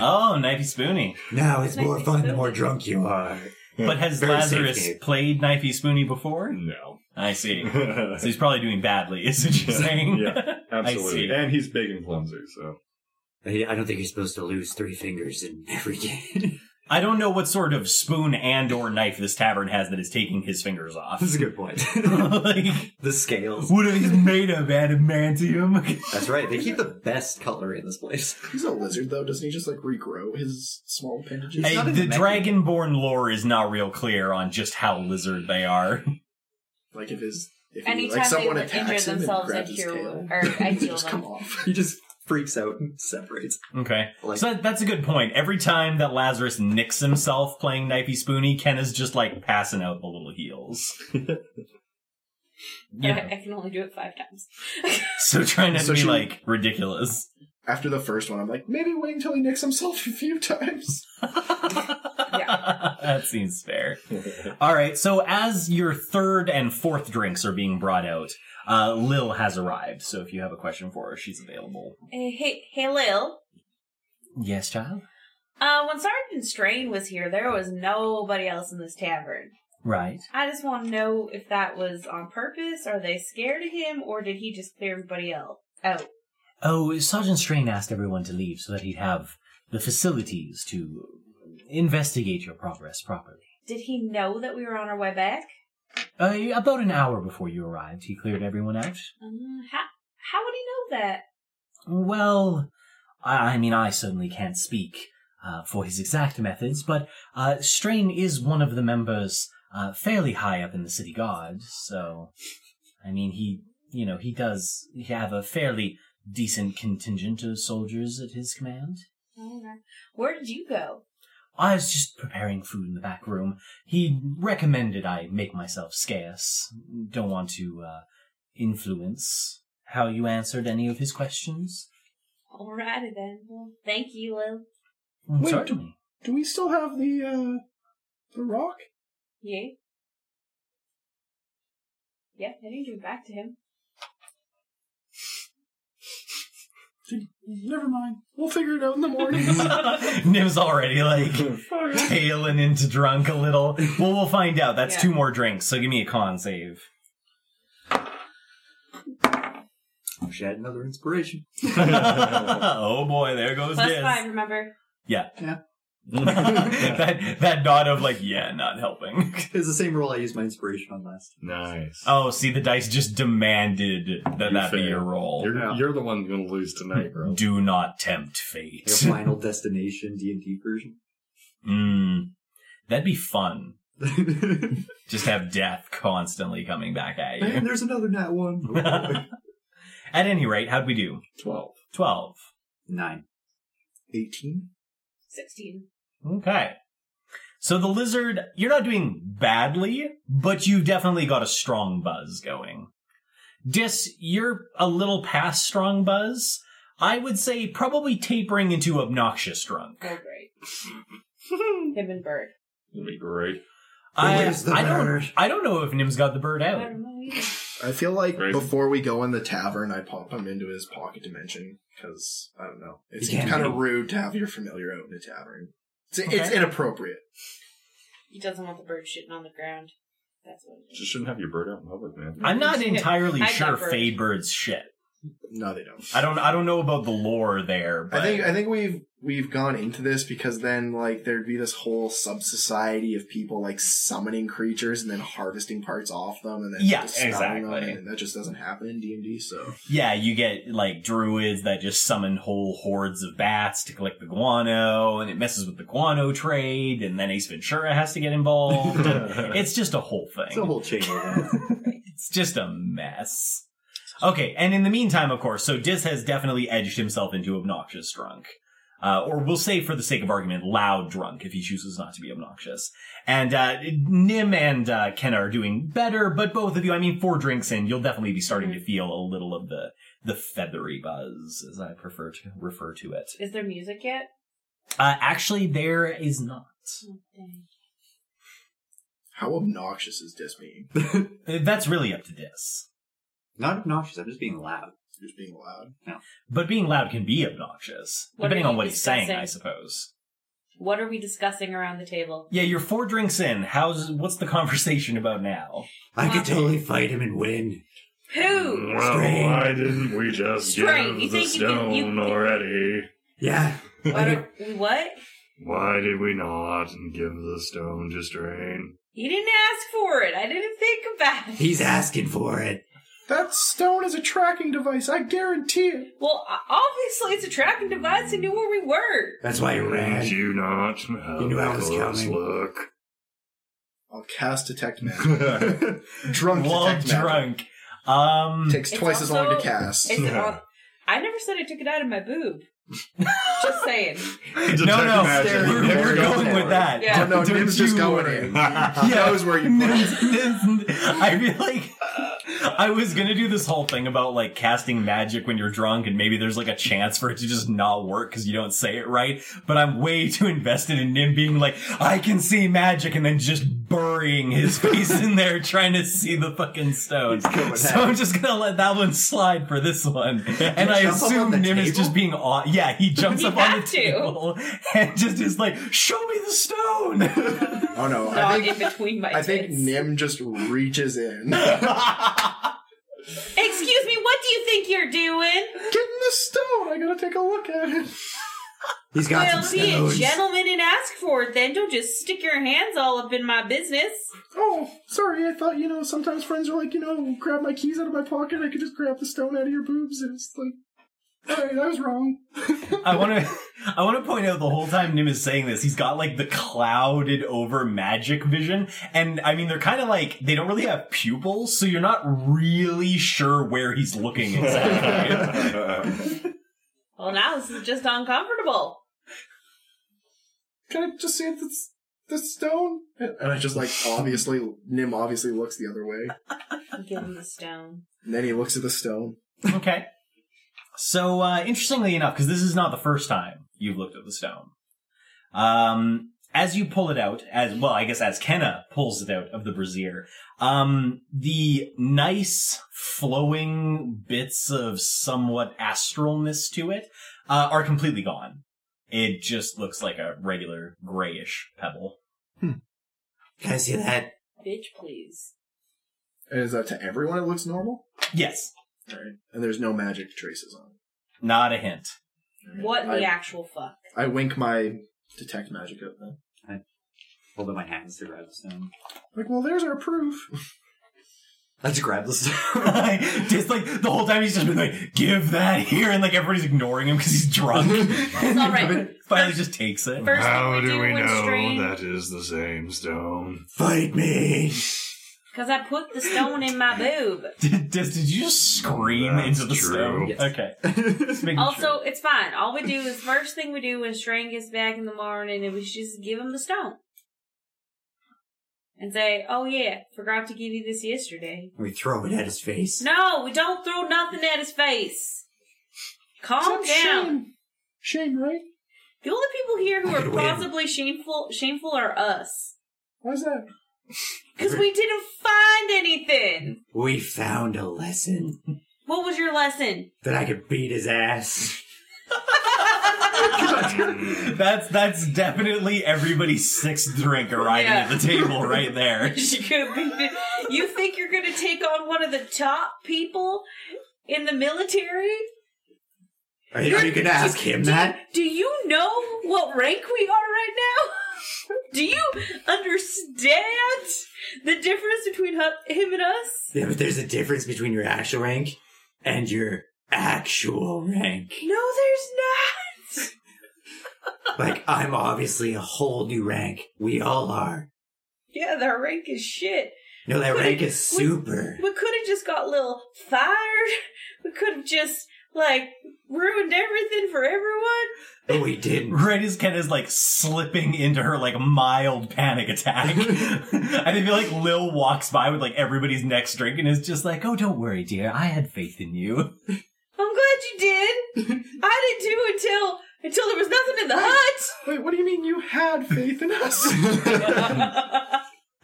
Oh, knifey spoonie.
Now it's
Nice.
more fun the more drunk you are.
But has
Very
Lazarus
safe game.
played knifey spoonie before?
No.
*laughs*
*laughs*
I see. So he's probably doing badly. Is what you're
Yeah.
saying?
Yeah.
see.
Absolutely. And he's big and clumsy, so.
I I don't think you're supposed to lose three fingers in every *laughs* game.
*laughs* I don't know what sort of spoon and or knife this tavern has that is taking his fingers off. *laughs*
is a good *laughs* point. *laughs*
like,
The scales.
what are these made of, *laughs* adamantium?
That's right. They keep the best color in this place.
*laughs*
He's a lizard, though. Doesn't he just like regrow his small appendages?
Hey,
not
the
even metal.
Dragonborn lore is not real clear on just how lizard they are. *laughs*
Like if his if he,
Anytime
like someone
they injure
attacks him and
themselves, I
grabs his
cure
tail,
wound- or I
*laughs* they
heal
just come
them.
off.
He just freaks out and separates.
Okay.
Like-
so that, that's a good point. Every time that Lazarus nicks himself playing Knifey Spoony, Ken is just like passing out the little heels.
But
yeah.
I, I can only do it five times.
So trying not to
So
be
she-
like ridiculous.
After the first one, I'm like, maybe wait until he nicks himself *laughs* a few times.
*laughs* that seems fair. All right. So as your third and fourth drinks are being brought out, uh, Lil has arrived. So if you have a question for her, she's available.
Eh, hey, hey, Lil.
Yes, child.
Uh, when Sergeant Strain was here, there was nobody else in this tavern.
Right.
I just want to know if that was on purpose. Are they scared of him, or did he just clear everybody else out?
Oh, Sergeant Strain asked everyone to leave so that he'd have the facilities to investigate your progress properly.
Did he know that we were on our way back?
Uh, about an hour before you arrived, he cleared everyone out.
Um, how how would he know that?
Well, I, I mean, I certainly can't speak uh, for his exact methods, but uh, Strain is one of the members uh, fairly high up in the city guard, so I mean, he you know he does have a fairly decent contingent of soldiers at his command.
I don't know. Where did you go?
I was just preparing food in the back room. He recommended I make myself scarce. Don't want to uh, influence how you answered any of his questions.
Alrighty then. Well, thank you, Lil.
Mm, *laughs*
Wait,
Certainly.
Do we still have the uh the rock?
Yeah. Yep, I didn't give it back to him.
Did- Never mind. We'll figure it out in the *laughs* morning.
Nim's already like tailing into drunk a little. Well, we'll find out. That's
Yeah.
two more drinks, so give me a con save. *laughs*
Oh, she had another
*laughs*
inspiration.
oh boy, there goes
Plus
this.
five, remember?
*laughs* that that nod of like, yeah, not helping. *laughs*
It's the same rule I used my inspiration on last.
Nice.
Oh, see, the dice just demanded that
You
that be
failed.
your roll.
You're, you're the one going to lose tonight, bro.
Do not tempt fate. *laughs*
Like a Final Destination D and D *laughs* version.
Mm, that'd be fun. Just have death *laughs* constantly coming back at
Man, *laughs*
you.
there's another nat one. *laughs*
at any rate, how'd we do?
12.
Twelve.
Nine.
18?
Sixteen.
Okay. So the lizard, you're not doing badly, but you've definitely got a strong buzz going. Dis, you're a little past strong buzz. I would say probably tapering into obnoxious drunk.
*laughs* Oh great. him and Bird.
That'd be great.
I,
Where's the
I don't,
bird?
I don't know if Nim's got the bird
I
out.
don't know either.
I feel like
Right.
before we go in the tavern, I pop him into his pocket dimension because I don't know. It's
Yeah.
kind of rude to have your familiar out in a tavern. It's, it's
Okay.
inappropriate.
He doesn't want the bird shitting on the ground. That's what it is.
Just shouldn't have your bird out in public,
*laughs*
man.
I'm not entirely
*laughs* I got
sure
bird.
Fey Bird's shit.
No, they don't.
I don't, I don't know about the lore there, but
I think I think we've we've gone into this because then like there'd be this whole sub society of people like summoning creatures and then harvesting parts off them and then
Yeah,
dispelling
exactly.
them and that just doesn't happen in D and D. So
Yeah, you get like druids that just summon whole hordes of bats to collect the guano, and it messes with the guano trade, and then Ace Ventura has to get
*laughs*
involved. it's just a whole thing.
It's a whole chain of *laughs* that.
It's just a mess. Okay, and in the meantime, of course, so Dis has definitely edged himself into obnoxious drunk. Uh, or we'll say, for the sake of argument, loud drunk if he chooses not to be obnoxious. And uh, Nim and uh, Ken are doing better, but both of you, I mean, four drinks in, you'll definitely be starting to feel a little of the the feathery buzz, as I prefer to refer to it.
Is there music yet?
Uh, actually, there is not.
Oh, dang.
how obnoxious is this being?
Uh, That's really up to Dis.
Not obnoxious. I'm just being loud.
Just being loud.
But being loud can be obnoxious,
What are
depending
you
on what he's saying,
discussing?
I suppose.
What are we discussing around the table?
Yeah, you're four drinks in. How's what's the conversation about now?
I could totally fight him and win.
*laughs*
Who?
Well,
Strain.
why didn't we just
Strain. You
give the
think you can-
stone
you-
already?
Yeah.
Why don't- what?
Why did we not give the stone to Strain?
You didn't ask for it. I didn't think about it.
He's asking for it.
That stone is a tracking device. I guarantee it.
Well, o- obviously it's a tracking device. He knew where we were.
That's why he ran.
Did you not have
You knew
a
I was
close
coming.
*laughs*
look?
I'll cast detect
*laughs*
magic.
Why
drunk
Well,
detect magic.
drunk. Um,
Takes
It's
twice as long to
also-
cast.
It's on, I never said I took it out of
*laughs*
my boob. Just saying.
no, no,
magic.
we're, we're
We're
going
going
with that.
Yeah.
Oh no,
Don't
Nim's just
you
*laughs*
going
worry.
in.
*laughs*
He knows where you put it.
Nims- Nims- I feel like I was gonna do this whole thing about like casting magic when you're drunk, and maybe there's like a chance for it to just not work because you don't say it right. But I'm way too invested in Nim being like, I can see magic, and then just burying his *laughs* face in there trying to see the fucking stone.
going
So I'm just gonna let that one slide for this one, and I
jump up on
assume
the
Nim is
table?
just being aw- yeah, he jumps
He
up on the
had to.
table *laughs* and just is like, show me
*laughs*
the stone.
Oh no, I
Dog
think
in between my
I think
tits.
Nim just reaches in. *laughs* Getting
Excuse me, what do you think you're doing?
the stone. I gotta take a look at it.
He's got
well,
some
be a
stones.
gentleman and ask for it then. Don't just stick your hands all up in my business.
Oh, sorry. I thought you know sometimes friends are like you know grab my keys out of my pocket. I could just grab the stone out of your boobs. And it's like, all right, I was wrong.
I want to, *laughs* I want to point out the whole time Nim is saying this, he's got like the clouded over magic vision, and I mean they're kind of like they don't really have pupils, so you're not really sure where he's looking
*laughs*
exactly.
Well, now this is just uncomfortable.
Can I just see if it's the stone? And and I just like obviously Nim obviously looks the other way.
Give him the stone.
And then he looks at the stone.
okay. So uh, interestingly enough, because this is not the first time you've looked at the stone, um, as you pull it out, as well, I guess as Kenna pulls it out of the brazier, um, the nice flowing bits of somewhat astralness to it uh, are completely gone. It just looks like a regular grayish pebble.
Can I see that?
Bitch, please.
And is that to everyone? It looks normal.
Yes,
All right. And there's no magic traces on it.
not a hint.
What in the
I-
actual fuck?
I wink my detect magic out then.
Hold up my hands to grab the stone.
Like, well, there's our proof.
Let's grab the stone. *laughs*
*laughs* just like the whole time he's just been like, "Give that here," and like everybody's ignoring him because he's drunk. *laughs*
It's all right.
Finally, just takes it. *laughs*
First
How
thing we
do
do
we
when
know
strain,
that is the same stone?
Fight me.
because I put the stone in my boob.
Did, did, did you just scream
That's
into the
true.
stone?
Yes.
Okay. Just making
Also,
sure.
it's fine. All we do is first thing we do when Strain gets back in the morning is we just give him the stone. And say, oh yeah, forgot to give you this yesterday.
We throw it at his face.
No, we don't throw nothing at his face. Calm
Except
down.
Shame. Shame, right?
The only people here who
I
are
could win.
possibly shameful shameful are us.
Why's that?
Because we didn't find anything.
We found a lesson
What was your lesson? *laughs*
that I could beat his ass.
that's that's definitely everybody's sixth drink arriving
Yeah.
at the table right
*laughs*
there.
You could be- you think you're going to take on one of the top people in the military?
Are you, are you gonna ask him that?
Do you know what rank we are right now? *laughs* Do you understand the difference between hu- him and us?
Yeah, but there's a difference between your actual rank and your actual
*laughs*
rank.
No, there's not.
Like, I'm obviously a whole new rank. We all are.
Yeah, their rank is shit.
No, that
Wait,
rank is
wait.
super.
We could have just got Lil fired. We could have just like ruined everything for everyone.
But we didn't.
Right as Ken is like slipping into her like mild panic attack. *laughs* and I feel like Lil walks by with like everybody's next drink and is just like, oh, don't worry, dear. I had faith in you.
I'm glad
*laughs*
you did. I didn't do until until there was nothing in
*laughs*
the hut.
Wait, what do you mean you had faith in us? *laughs*
*laughs*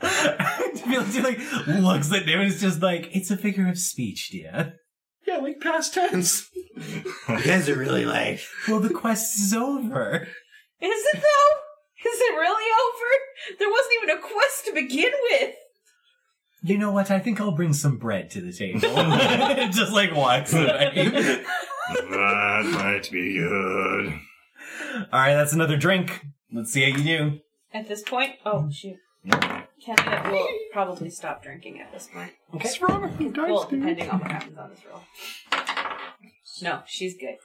I feel like she like looks at him and is just like, it's a figure of speech, dear.
yeah, like past tense.
You guys are really like,
Well, the quest is over.
Is it though? Is it really over? There wasn't even a quest to begin with.
you know what? I think I'll bring some bread to the table.
*laughs*
Just like walks away.
that might be good.
All right, that's another drink. Let's see how you do.
At this point, oh shoot. Kendra will probably stop drinking at this point.
What's wrong with you guys,
Well,
dude?
depending on what happens on this roll. No, she's good.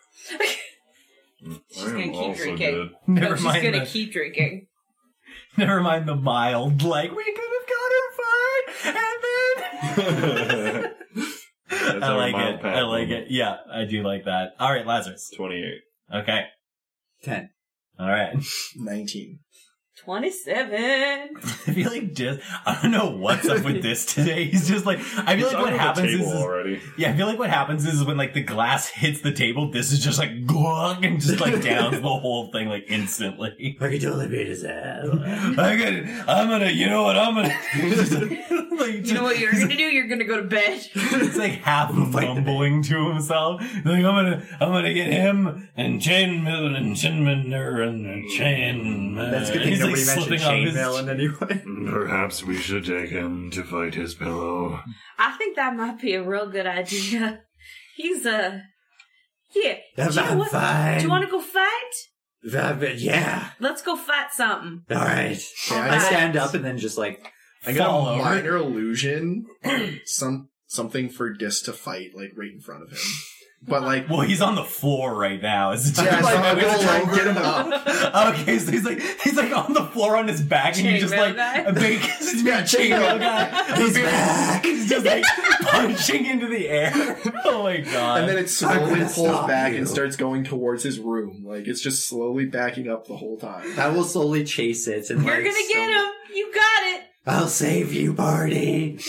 She's
I
gonna
am
keep
also
drinking.
good.
No,
Never
*laughs* she's
mind.
gonna
The,
keep drinking.
never mind the mild. Like we could have got her far, and
*laughs*
then.
*laughs* That's
I
our
like
mild
it.
path
I like
moment.
it. Yeah, I do like that. All right, Lazarus.
28.
Okay.
Ten.
All right.
19.
27.
*laughs* I feel like just I don't know what's up with this today. He's just like I feel
It's
like
under
what
the
happens
table
is, is
already.
yeah I feel like what happens is when like the glass hits the table, this is just like glug and just like downs the whole thing like instantly.
I could totally beat his ass.
*laughs*
I could, I'm gonna you know what I'm gonna *laughs* Just, like,
You know what you're
he's,
gonna do? You're gonna go to bed.
he's like half mumbling to himself. He's like I'm gonna I'm gonna get him and chain mill and chin miller and chain. mill."
That's a good thing
He's,
nobody
like,
mentioned
slipping off his-
chainmail in any way.
Perhaps we should take him to fight his
*laughs*
pillow.
I think that might be a real good idea. He's uh, yeah.
That
Do you know
sounds
what?
fine.
Do you want to go fight?
That- but yeah.
Let's go fight something.
All right.
Yeah,
I stand up and then just like
*laughs*
I got
fall
a
over.
minor illusion, *clears throat* some something for Dis to fight, like right in front of him. But like,
Well, he's on the floor right now. Is it
yeah, so
like,
I
it's
will like get him
*laughs*
up.
okay, so he's like he's like on the floor on his back, and you just
Chainmail
like
guy?
a big *laughs* yeah, chainmail guy. He's back. He's just like punching into the air. *laughs* Oh my god!
And then it slowly
gonna
pulls
stop
back
you.
and starts going towards his room. Like it's just slowly backing up the whole time.
I will slowly chase it and
You're
like,
gonna get
stumble.
him. You got *laughs* it.
I'll save you, Barty.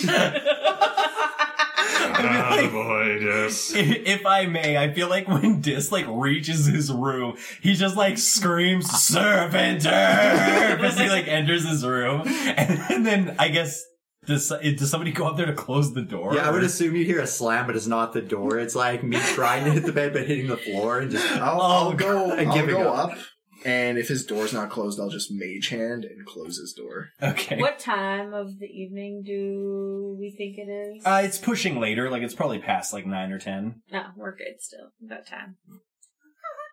Ah, boy,
*laughs*
yes.
if, if I may, I feel like when Dis like reaches his room, he just like screams "Servant!" *laughs* as he like enters his room, and, and then I guess does does somebody go up there to close the door?
Yeah, I would
Or-
assume you hear a slam, but it's not the door. It's
*laughs*
like me trying to hit the bed but hitting the floor and just
I'll,
Oh,
I'll go.
I'm
I'll
giving
go
up.
up. and if his door's not closed, I'll just mage hand and close his door.
Okay.
what time of the evening do we think it is?
Uh, it's pushing later. Like it's probably past like nine or ten.
no, we're good still. About time.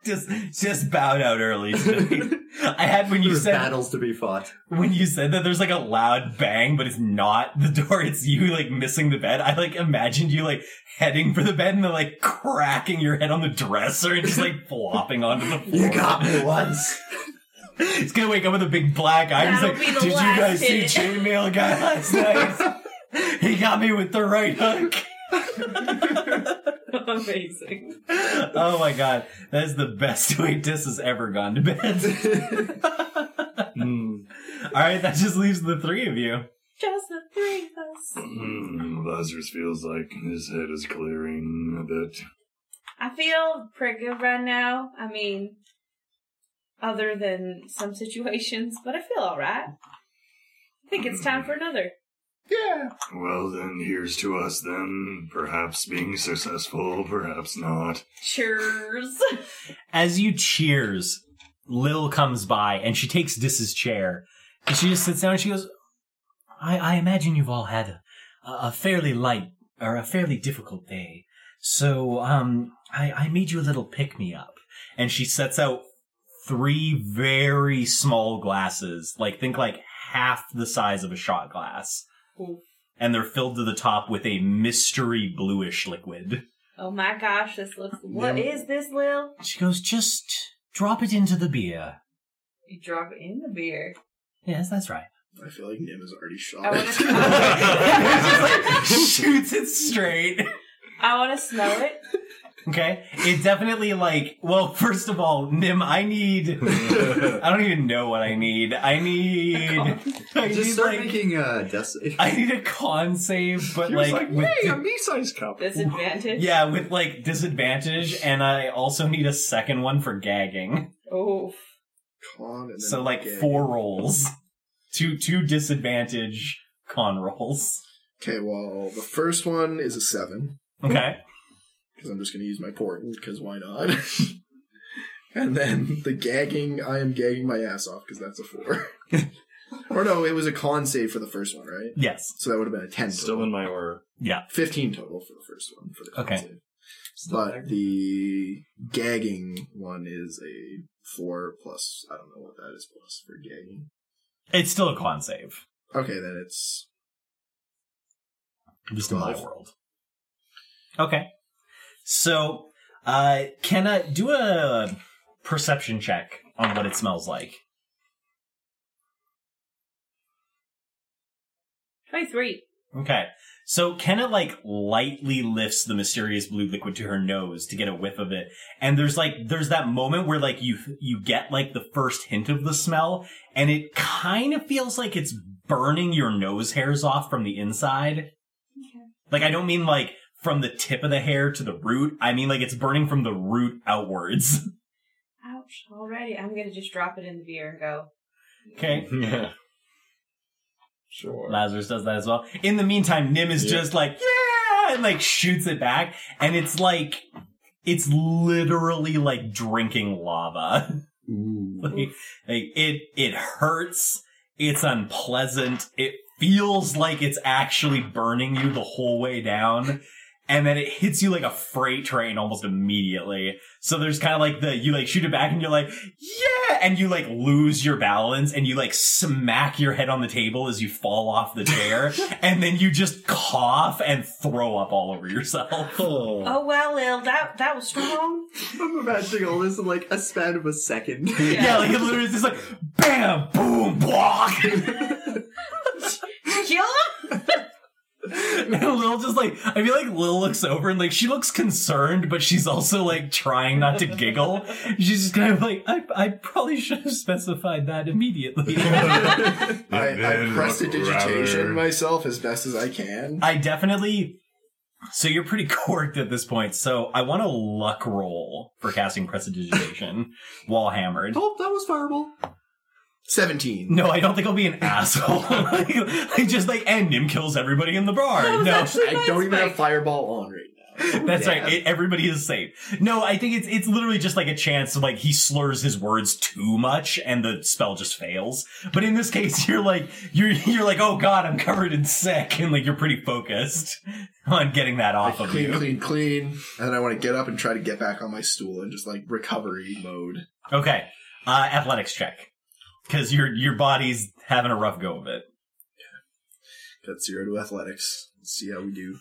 Just just bowed out
*laughs*
early. tonight. I had when you
there's
said
battles to be fought.
when you said that there's like a loud bang, but it's not the door. It's you like missing the bed. I like imagined you like heading for the bed and then like cracking your head on the dresser and just like flopping onto the floor.
You got *laughs* me once.
*laughs* He's gonna wake up with a big black eye. He's
That'll
like,
be the
did you
last
guys
hit."
see chainmail guy
*laughs*
last night? he got me with the right hook.
Amazing.
oh my god, that is the best *laughs* way Dis has ever gone to bed. Hmm. All right, that just leaves the three of you.
Just the three of us.
Hmm, Lazarus feels like his head is clearing a bit.
I feel pretty good right now. I mean, other than some situations, but I feel alright. I think it's time for another.
Yeah.
Well, then, here's to us then. Perhaps being successful, perhaps not.
Cheers.
As you cheers, Lil comes by and she takes Dis's chair. And she just sits down and she goes, I, I imagine you've all had a, a fairly light or a fairly difficult day. So, um, I, I made you a little pick me up. And she sets out three very small glasses, like think like half the size of a shot glass.
Oof.
And they're filled to the top with a mystery bluish liquid.
Oh my gosh, this looks. What
Yeah.
is this, Lil?
She goes, just drop it into the beer.
You drop it in the beer.
Yes, that's right.
I feel like Nim is already shot.
I
*laughs*
want
*laughs* It
to.
just, like, shoots it straight.
I want to smell it.
Okay. It definitely like well, first of all, Nim, I need I don't even know what I need. I need I
Just
need
start
like
making uh, death save. *laughs*
I need a con save, but
He was
like,
like,
with
yay, a me-sized cup.
*laughs*
Disadvantage.
yeah, with like disadvantage, and I also need a second one for gagging.
Oh,
Con and then
So like
gag.
four rolls, two two disadvantage con rolls.
Okay, well the first one is a seven
Okay.
because I'm just going to use my portent because why not? *laughs* and then the gagging, I am gagging my ass off because that's a four. *laughs* Or no, it was a con save for the first one, right?
Yes.
So that would have been a 10
Still
total.
in my aura.
15 total for the first one for the con
Okay.
save. But the gagging one is a 4 plus, I don't know what that is plus for gagging.
It's still a con save.
Okay, then it's
Just in my
Twelve.
world. Okay. So, uh, can I do a perception check on what it smells like?
23.
Okay. So Kenna like lightly lifts the mysterious blue liquid to her nose to get a whiff of it. And there's like there's that moment where like you you get like the first hint of the smell and it kind of feels like it's burning your nose hairs off from the inside. Like I don't mean like from the tip of the hair to the root. I mean like it's burning from the root outwards.
Ouch. Already. I'm going to just drop it in the beer and go.
Okay.
Mm-hmm.
Mm-hmm.
Yeah. Sure.
Lazarus does that as well. In the meantime, Nim is
Yeah.
just like, yeah, and like shoots it back. And it's like, it's literally like drinking lava. like, like, it, it hurts. It's unpleasant. It feels like it's actually burning you the whole way down. And then it hits you like a freight train almost immediately. So there's kind of like the, you like shoot it back and you're like, yeah! And you like lose your balance and you like smack your head on the table as you fall off the chair. and then you just cough and throw up all over yourself.
Oh, well, Lil, that, that was strong.
I'm imagining all this in like a span of a second.
*laughs*
Yeah, like it literally is just like, bam, boom, block. *laughs*
Kill him?
And Lil just like I feel like Lil looks over and like she looks concerned, but she's also like trying not to giggle. She's just kind of like I I probably should have specified that
*laughs*
immediately.
*laughs* I, I
did
press
look
digitation
rather-
myself as best as I can.
I definitely. So you're pretty corked at this point. So I want a luck roll for casting
*laughs*
prestidigitation while hammered.
Oh, that was fireball. 17.
No, I don't think I'll be an asshole. *laughs* like, like, just like and Nim kills everybody in the bar.
That was
no,
actually
I
nice,
don't even
Mike.
have fireball on right now.
That's right. It, everybody is safe. No, I think it's it's literally just like a chance to like he slurs his words too much and the spell just fails. But in this case, *laughs* you're like you're you're like oh god, I'm covered in sick, and like you're pretty focused *laughs* on getting that off of
clean,
you.
clean, clean. And then I want to get up and try to get back on my stool and just like recovery mode.
Okay, uh, athletics check because your your body's having a rough go of it,
Got zero to athletics. Let's see how we do.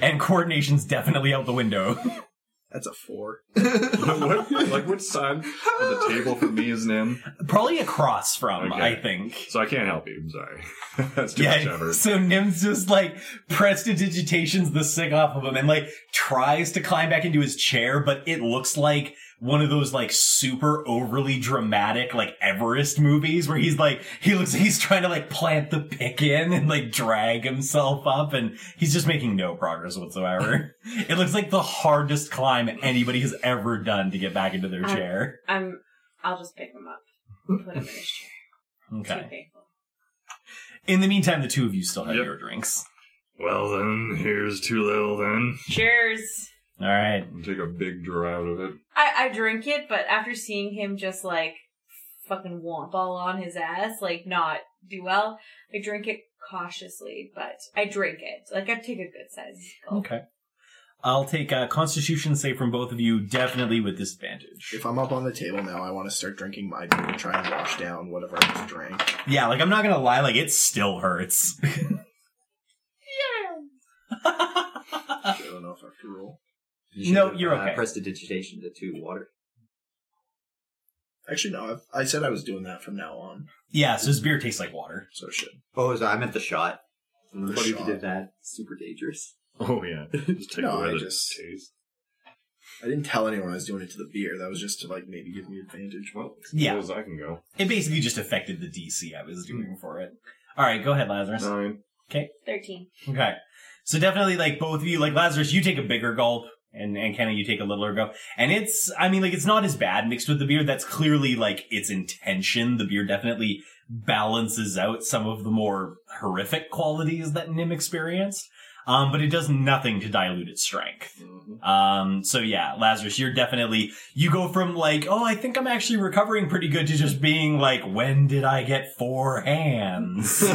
and coordination's definitely out the window. *laughs*
That's a four. *laughs*
*laughs* what, like, which side of the table for me is Nim?
Probably across from,
Okay.
I think.
So I can't help you. I'm sorry. *laughs* That's too much effort.
So Nim's just like prestidigitations the sick off of him and like tries to climb back into his chair, but it looks like one of those like super overly dramatic like Everest movies where he's like he looks he's trying to like plant the pick in and like drag himself up and he's just making no
*laughs*
progress whatsoever. it looks like the hardest climb anybody has ever done to get back into their
Uh,
chair.
I'm, I'll just pick him up. and Put him in his chair. Too
Okay.
painful.
In the meantime, the two of you still have
Yep.
your drinks.
Well then, here's to Lil then.
Cheers.
All right.
I'll Take a big draught of it.
I, I drink it, but after seeing him just like fucking womp all on his ass, like not do well, I drink it cautiously, but I drink it. Like I take a good size gulp.
Okay. I'll take a constitution save from both of you, definitely with disadvantage.
If I'm up on the table now, I want to start drinking my beer and try and wash down whatever I just drank.
Yeah, like I'm not gonna lie, like it still hurts. *laughs*
I don't know if I have to roll.
You No, should've, you're uh, okay.
Press the digitation to two water.
Actually, no, I've, I said I was doing that from now on,
yeah, so this beer tastes like water.
so shit.
Oh, so I meant the shot. What if you
shot.
did that? Super dangerous.
Oh,
*laughs*
yeah. Just take
No,
away
I
the
just-
taste.
I didn't tell anyone I was doing it to the beer. That was just to like maybe give me advantage.
Well, as
Yeah.
low as I can go.
It basically just affected the DC I was doing for it. Alright, go ahead, Lazarus.
Nine.
Thirteen.
Okay. So definitely like both of you, like Lazarus, you take a bigger gulp and, and Kenna, you take a littler gulp. And it's, I mean, like it's not as bad mixed with the beer. That's clearly like its intention. The beer definitely balances out some of the more horrific qualities that Nim experienced. um, but it does nothing to dilute its strength. Um, so yeah, Lazarus, you're definitely you go from like, oh, I think I'm actually recovering pretty good to just being like, when did I get four hands? *laughs*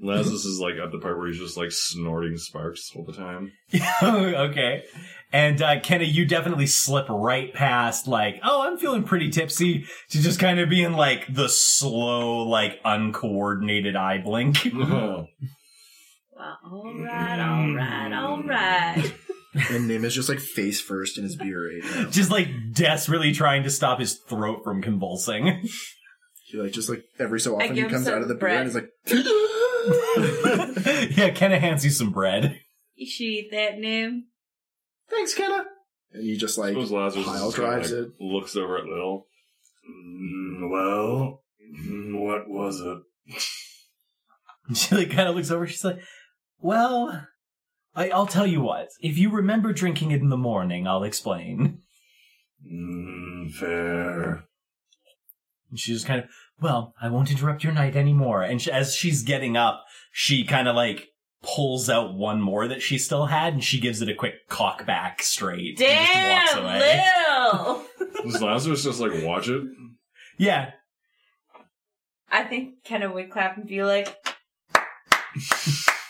Lazarus is like at the part where he's just like snorting sparks all the time.
okay. And uh, Kenna, you definitely slip right past like, oh, I'm feeling pretty tipsy to just kind of being like the slow, like uncoordinated eye blink. *laughs*
*laughs*
Well, all
Mm.
right, all right, all right.
And Nim is just like face first in his beer right now.
just like desperately trying to stop his throat from convulsing.
He like just like every so
I
often he
give him
comes
some
out of the beer
bread.
and is like
*laughs* yeah, Kenna hands you some bread. *laughs*
You should eat that, Nim.
*gasps* Thanks, Kenna. And he just like
Suppose Lazarus
pile
is kinda,
drives
like,
it.
looks over at Lil.
Mm, well, mm, what was it?
She like kind of looks over. She's like, "Well, I, I'll tell you what. If you remember drinking it in the morning, I'll explain."
Mm, fair.
And she's just kind of, "Well, I won't interrupt your night anymore." And she, as she's getting up, she kind of like pulls out one more that she still had, and she gives it a quick cock back straight. and just walks away.
Damn, Lil!
Does Lazarus just like watch it?
Yeah,
I think Kenna would clap and be
*laughs*
like,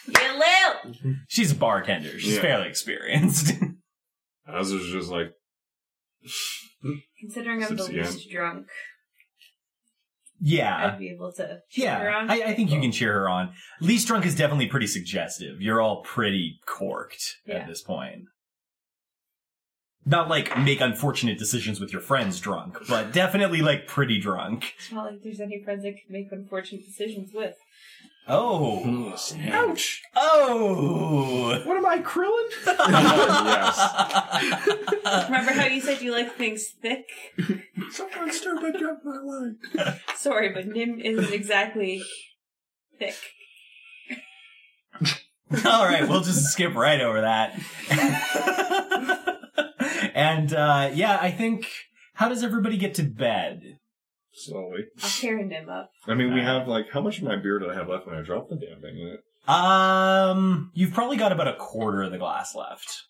Yeah, Lil!
she's a bartender. She's
Yeah.
fairly experienced. *laughs*
Lazarus is just like,
Considering I'm the
Sips again.
least drunk,
yeah,
I'd be able to cheer her
Yeah,
on.
I, I think you can cheer her on. Least drunk is definitely pretty suggestive. You're all pretty corked
Yeah.
at this point. Not like make unfortunate decisions with your friends drunk, but definitely like pretty drunk.
It's not like there's any friends I could make unfortunate decisions with.
Oh,
Ouch!
oh.
What am I,
*laughs*
Krillin?
Remember how you said you like things thick?
*laughs* Someone stupid jumped my leg.
Sorry, but Nim isn't exactly thick.
*laughs* All right, we'll just skip right over that. *laughs* and uh, yeah, I think. How does everybody get to bed?
slowly.
I'll carry Nim up.
I mean, we have like, how much of my beer did I have left when I dropped the damn thing? In it?
Um, you've probably got about a quarter of the glass left.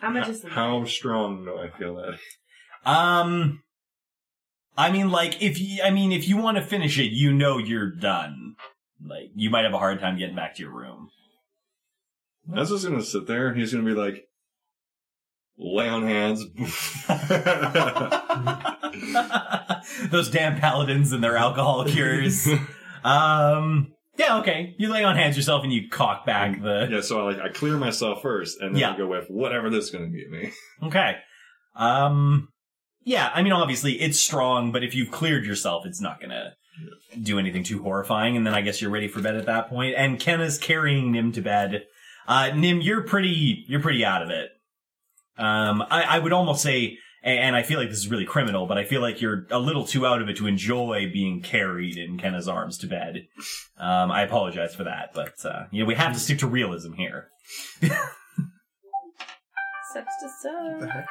I'm gonna just.
How strong do I feel that?
Um, I mean, like if you, I mean, if you want to finish it, you know you're done. Like you might have a hard time getting back to your room. *laughs*
Lazarus is gonna sit there and he's gonna be like, lay on hands. *laughs*
Those damn paladins and their alcohol cures. um, yeah, okay. You lay on hands yourself and you cock back the.
yeah, so I like I clear myself first and then
Yeah.
I go with whatever this is gonna get me.
Okay. Um, yeah. I mean, obviously it's strong, but if you've cleared yourself, it's not gonna do anything too horrifying. And then I guess you're ready for bed at that point. And Ken is carrying Nim to bed. Uh, Nim, you're pretty, you're pretty out of it. Um, I, I would almost say, a- and I feel like this is really criminal, but I feel like you're a little too out of it to enjoy being carried in Kenna's arms to bed. Um, I apologize for that, but, uh, you know, we have to stick to realism here.
Sucks to
What the
suck.
heck?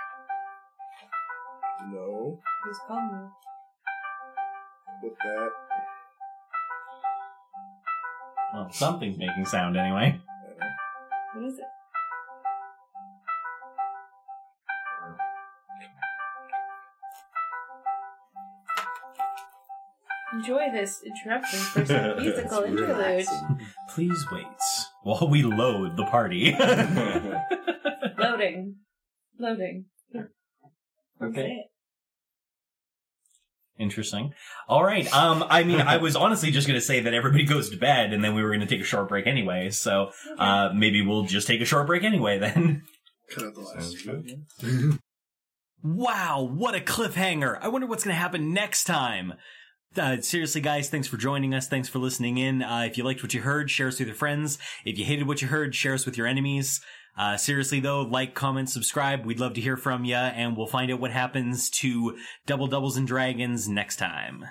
No.
Who's calling
With that,
Well, something's making sound anyway.
me? What is it? Enjoy this interruption for some musical interlude.
Please wait while we load the party. *laughs*
Loading. Loading. Okay.
Interesting. All right. Um, I mean, I was honestly just going to say that everybody goes to bed and then we were going to take a short break anyway. So, uh, maybe we'll just take a short break anyway then.
cut out the last. *laughs*
Wow, what a cliffhanger. I wonder what's going to happen next time. Uh, seriously, guys, thanks for joining us. Thanks for listening in. Uh, if you liked what you heard, share us with your friends. If you hated what you heard, share us with your enemies. Uh, seriously, though, like, comment, subscribe. We'd love to hear from you, and we'll find out what happens to Double Doubles and Dragons next time.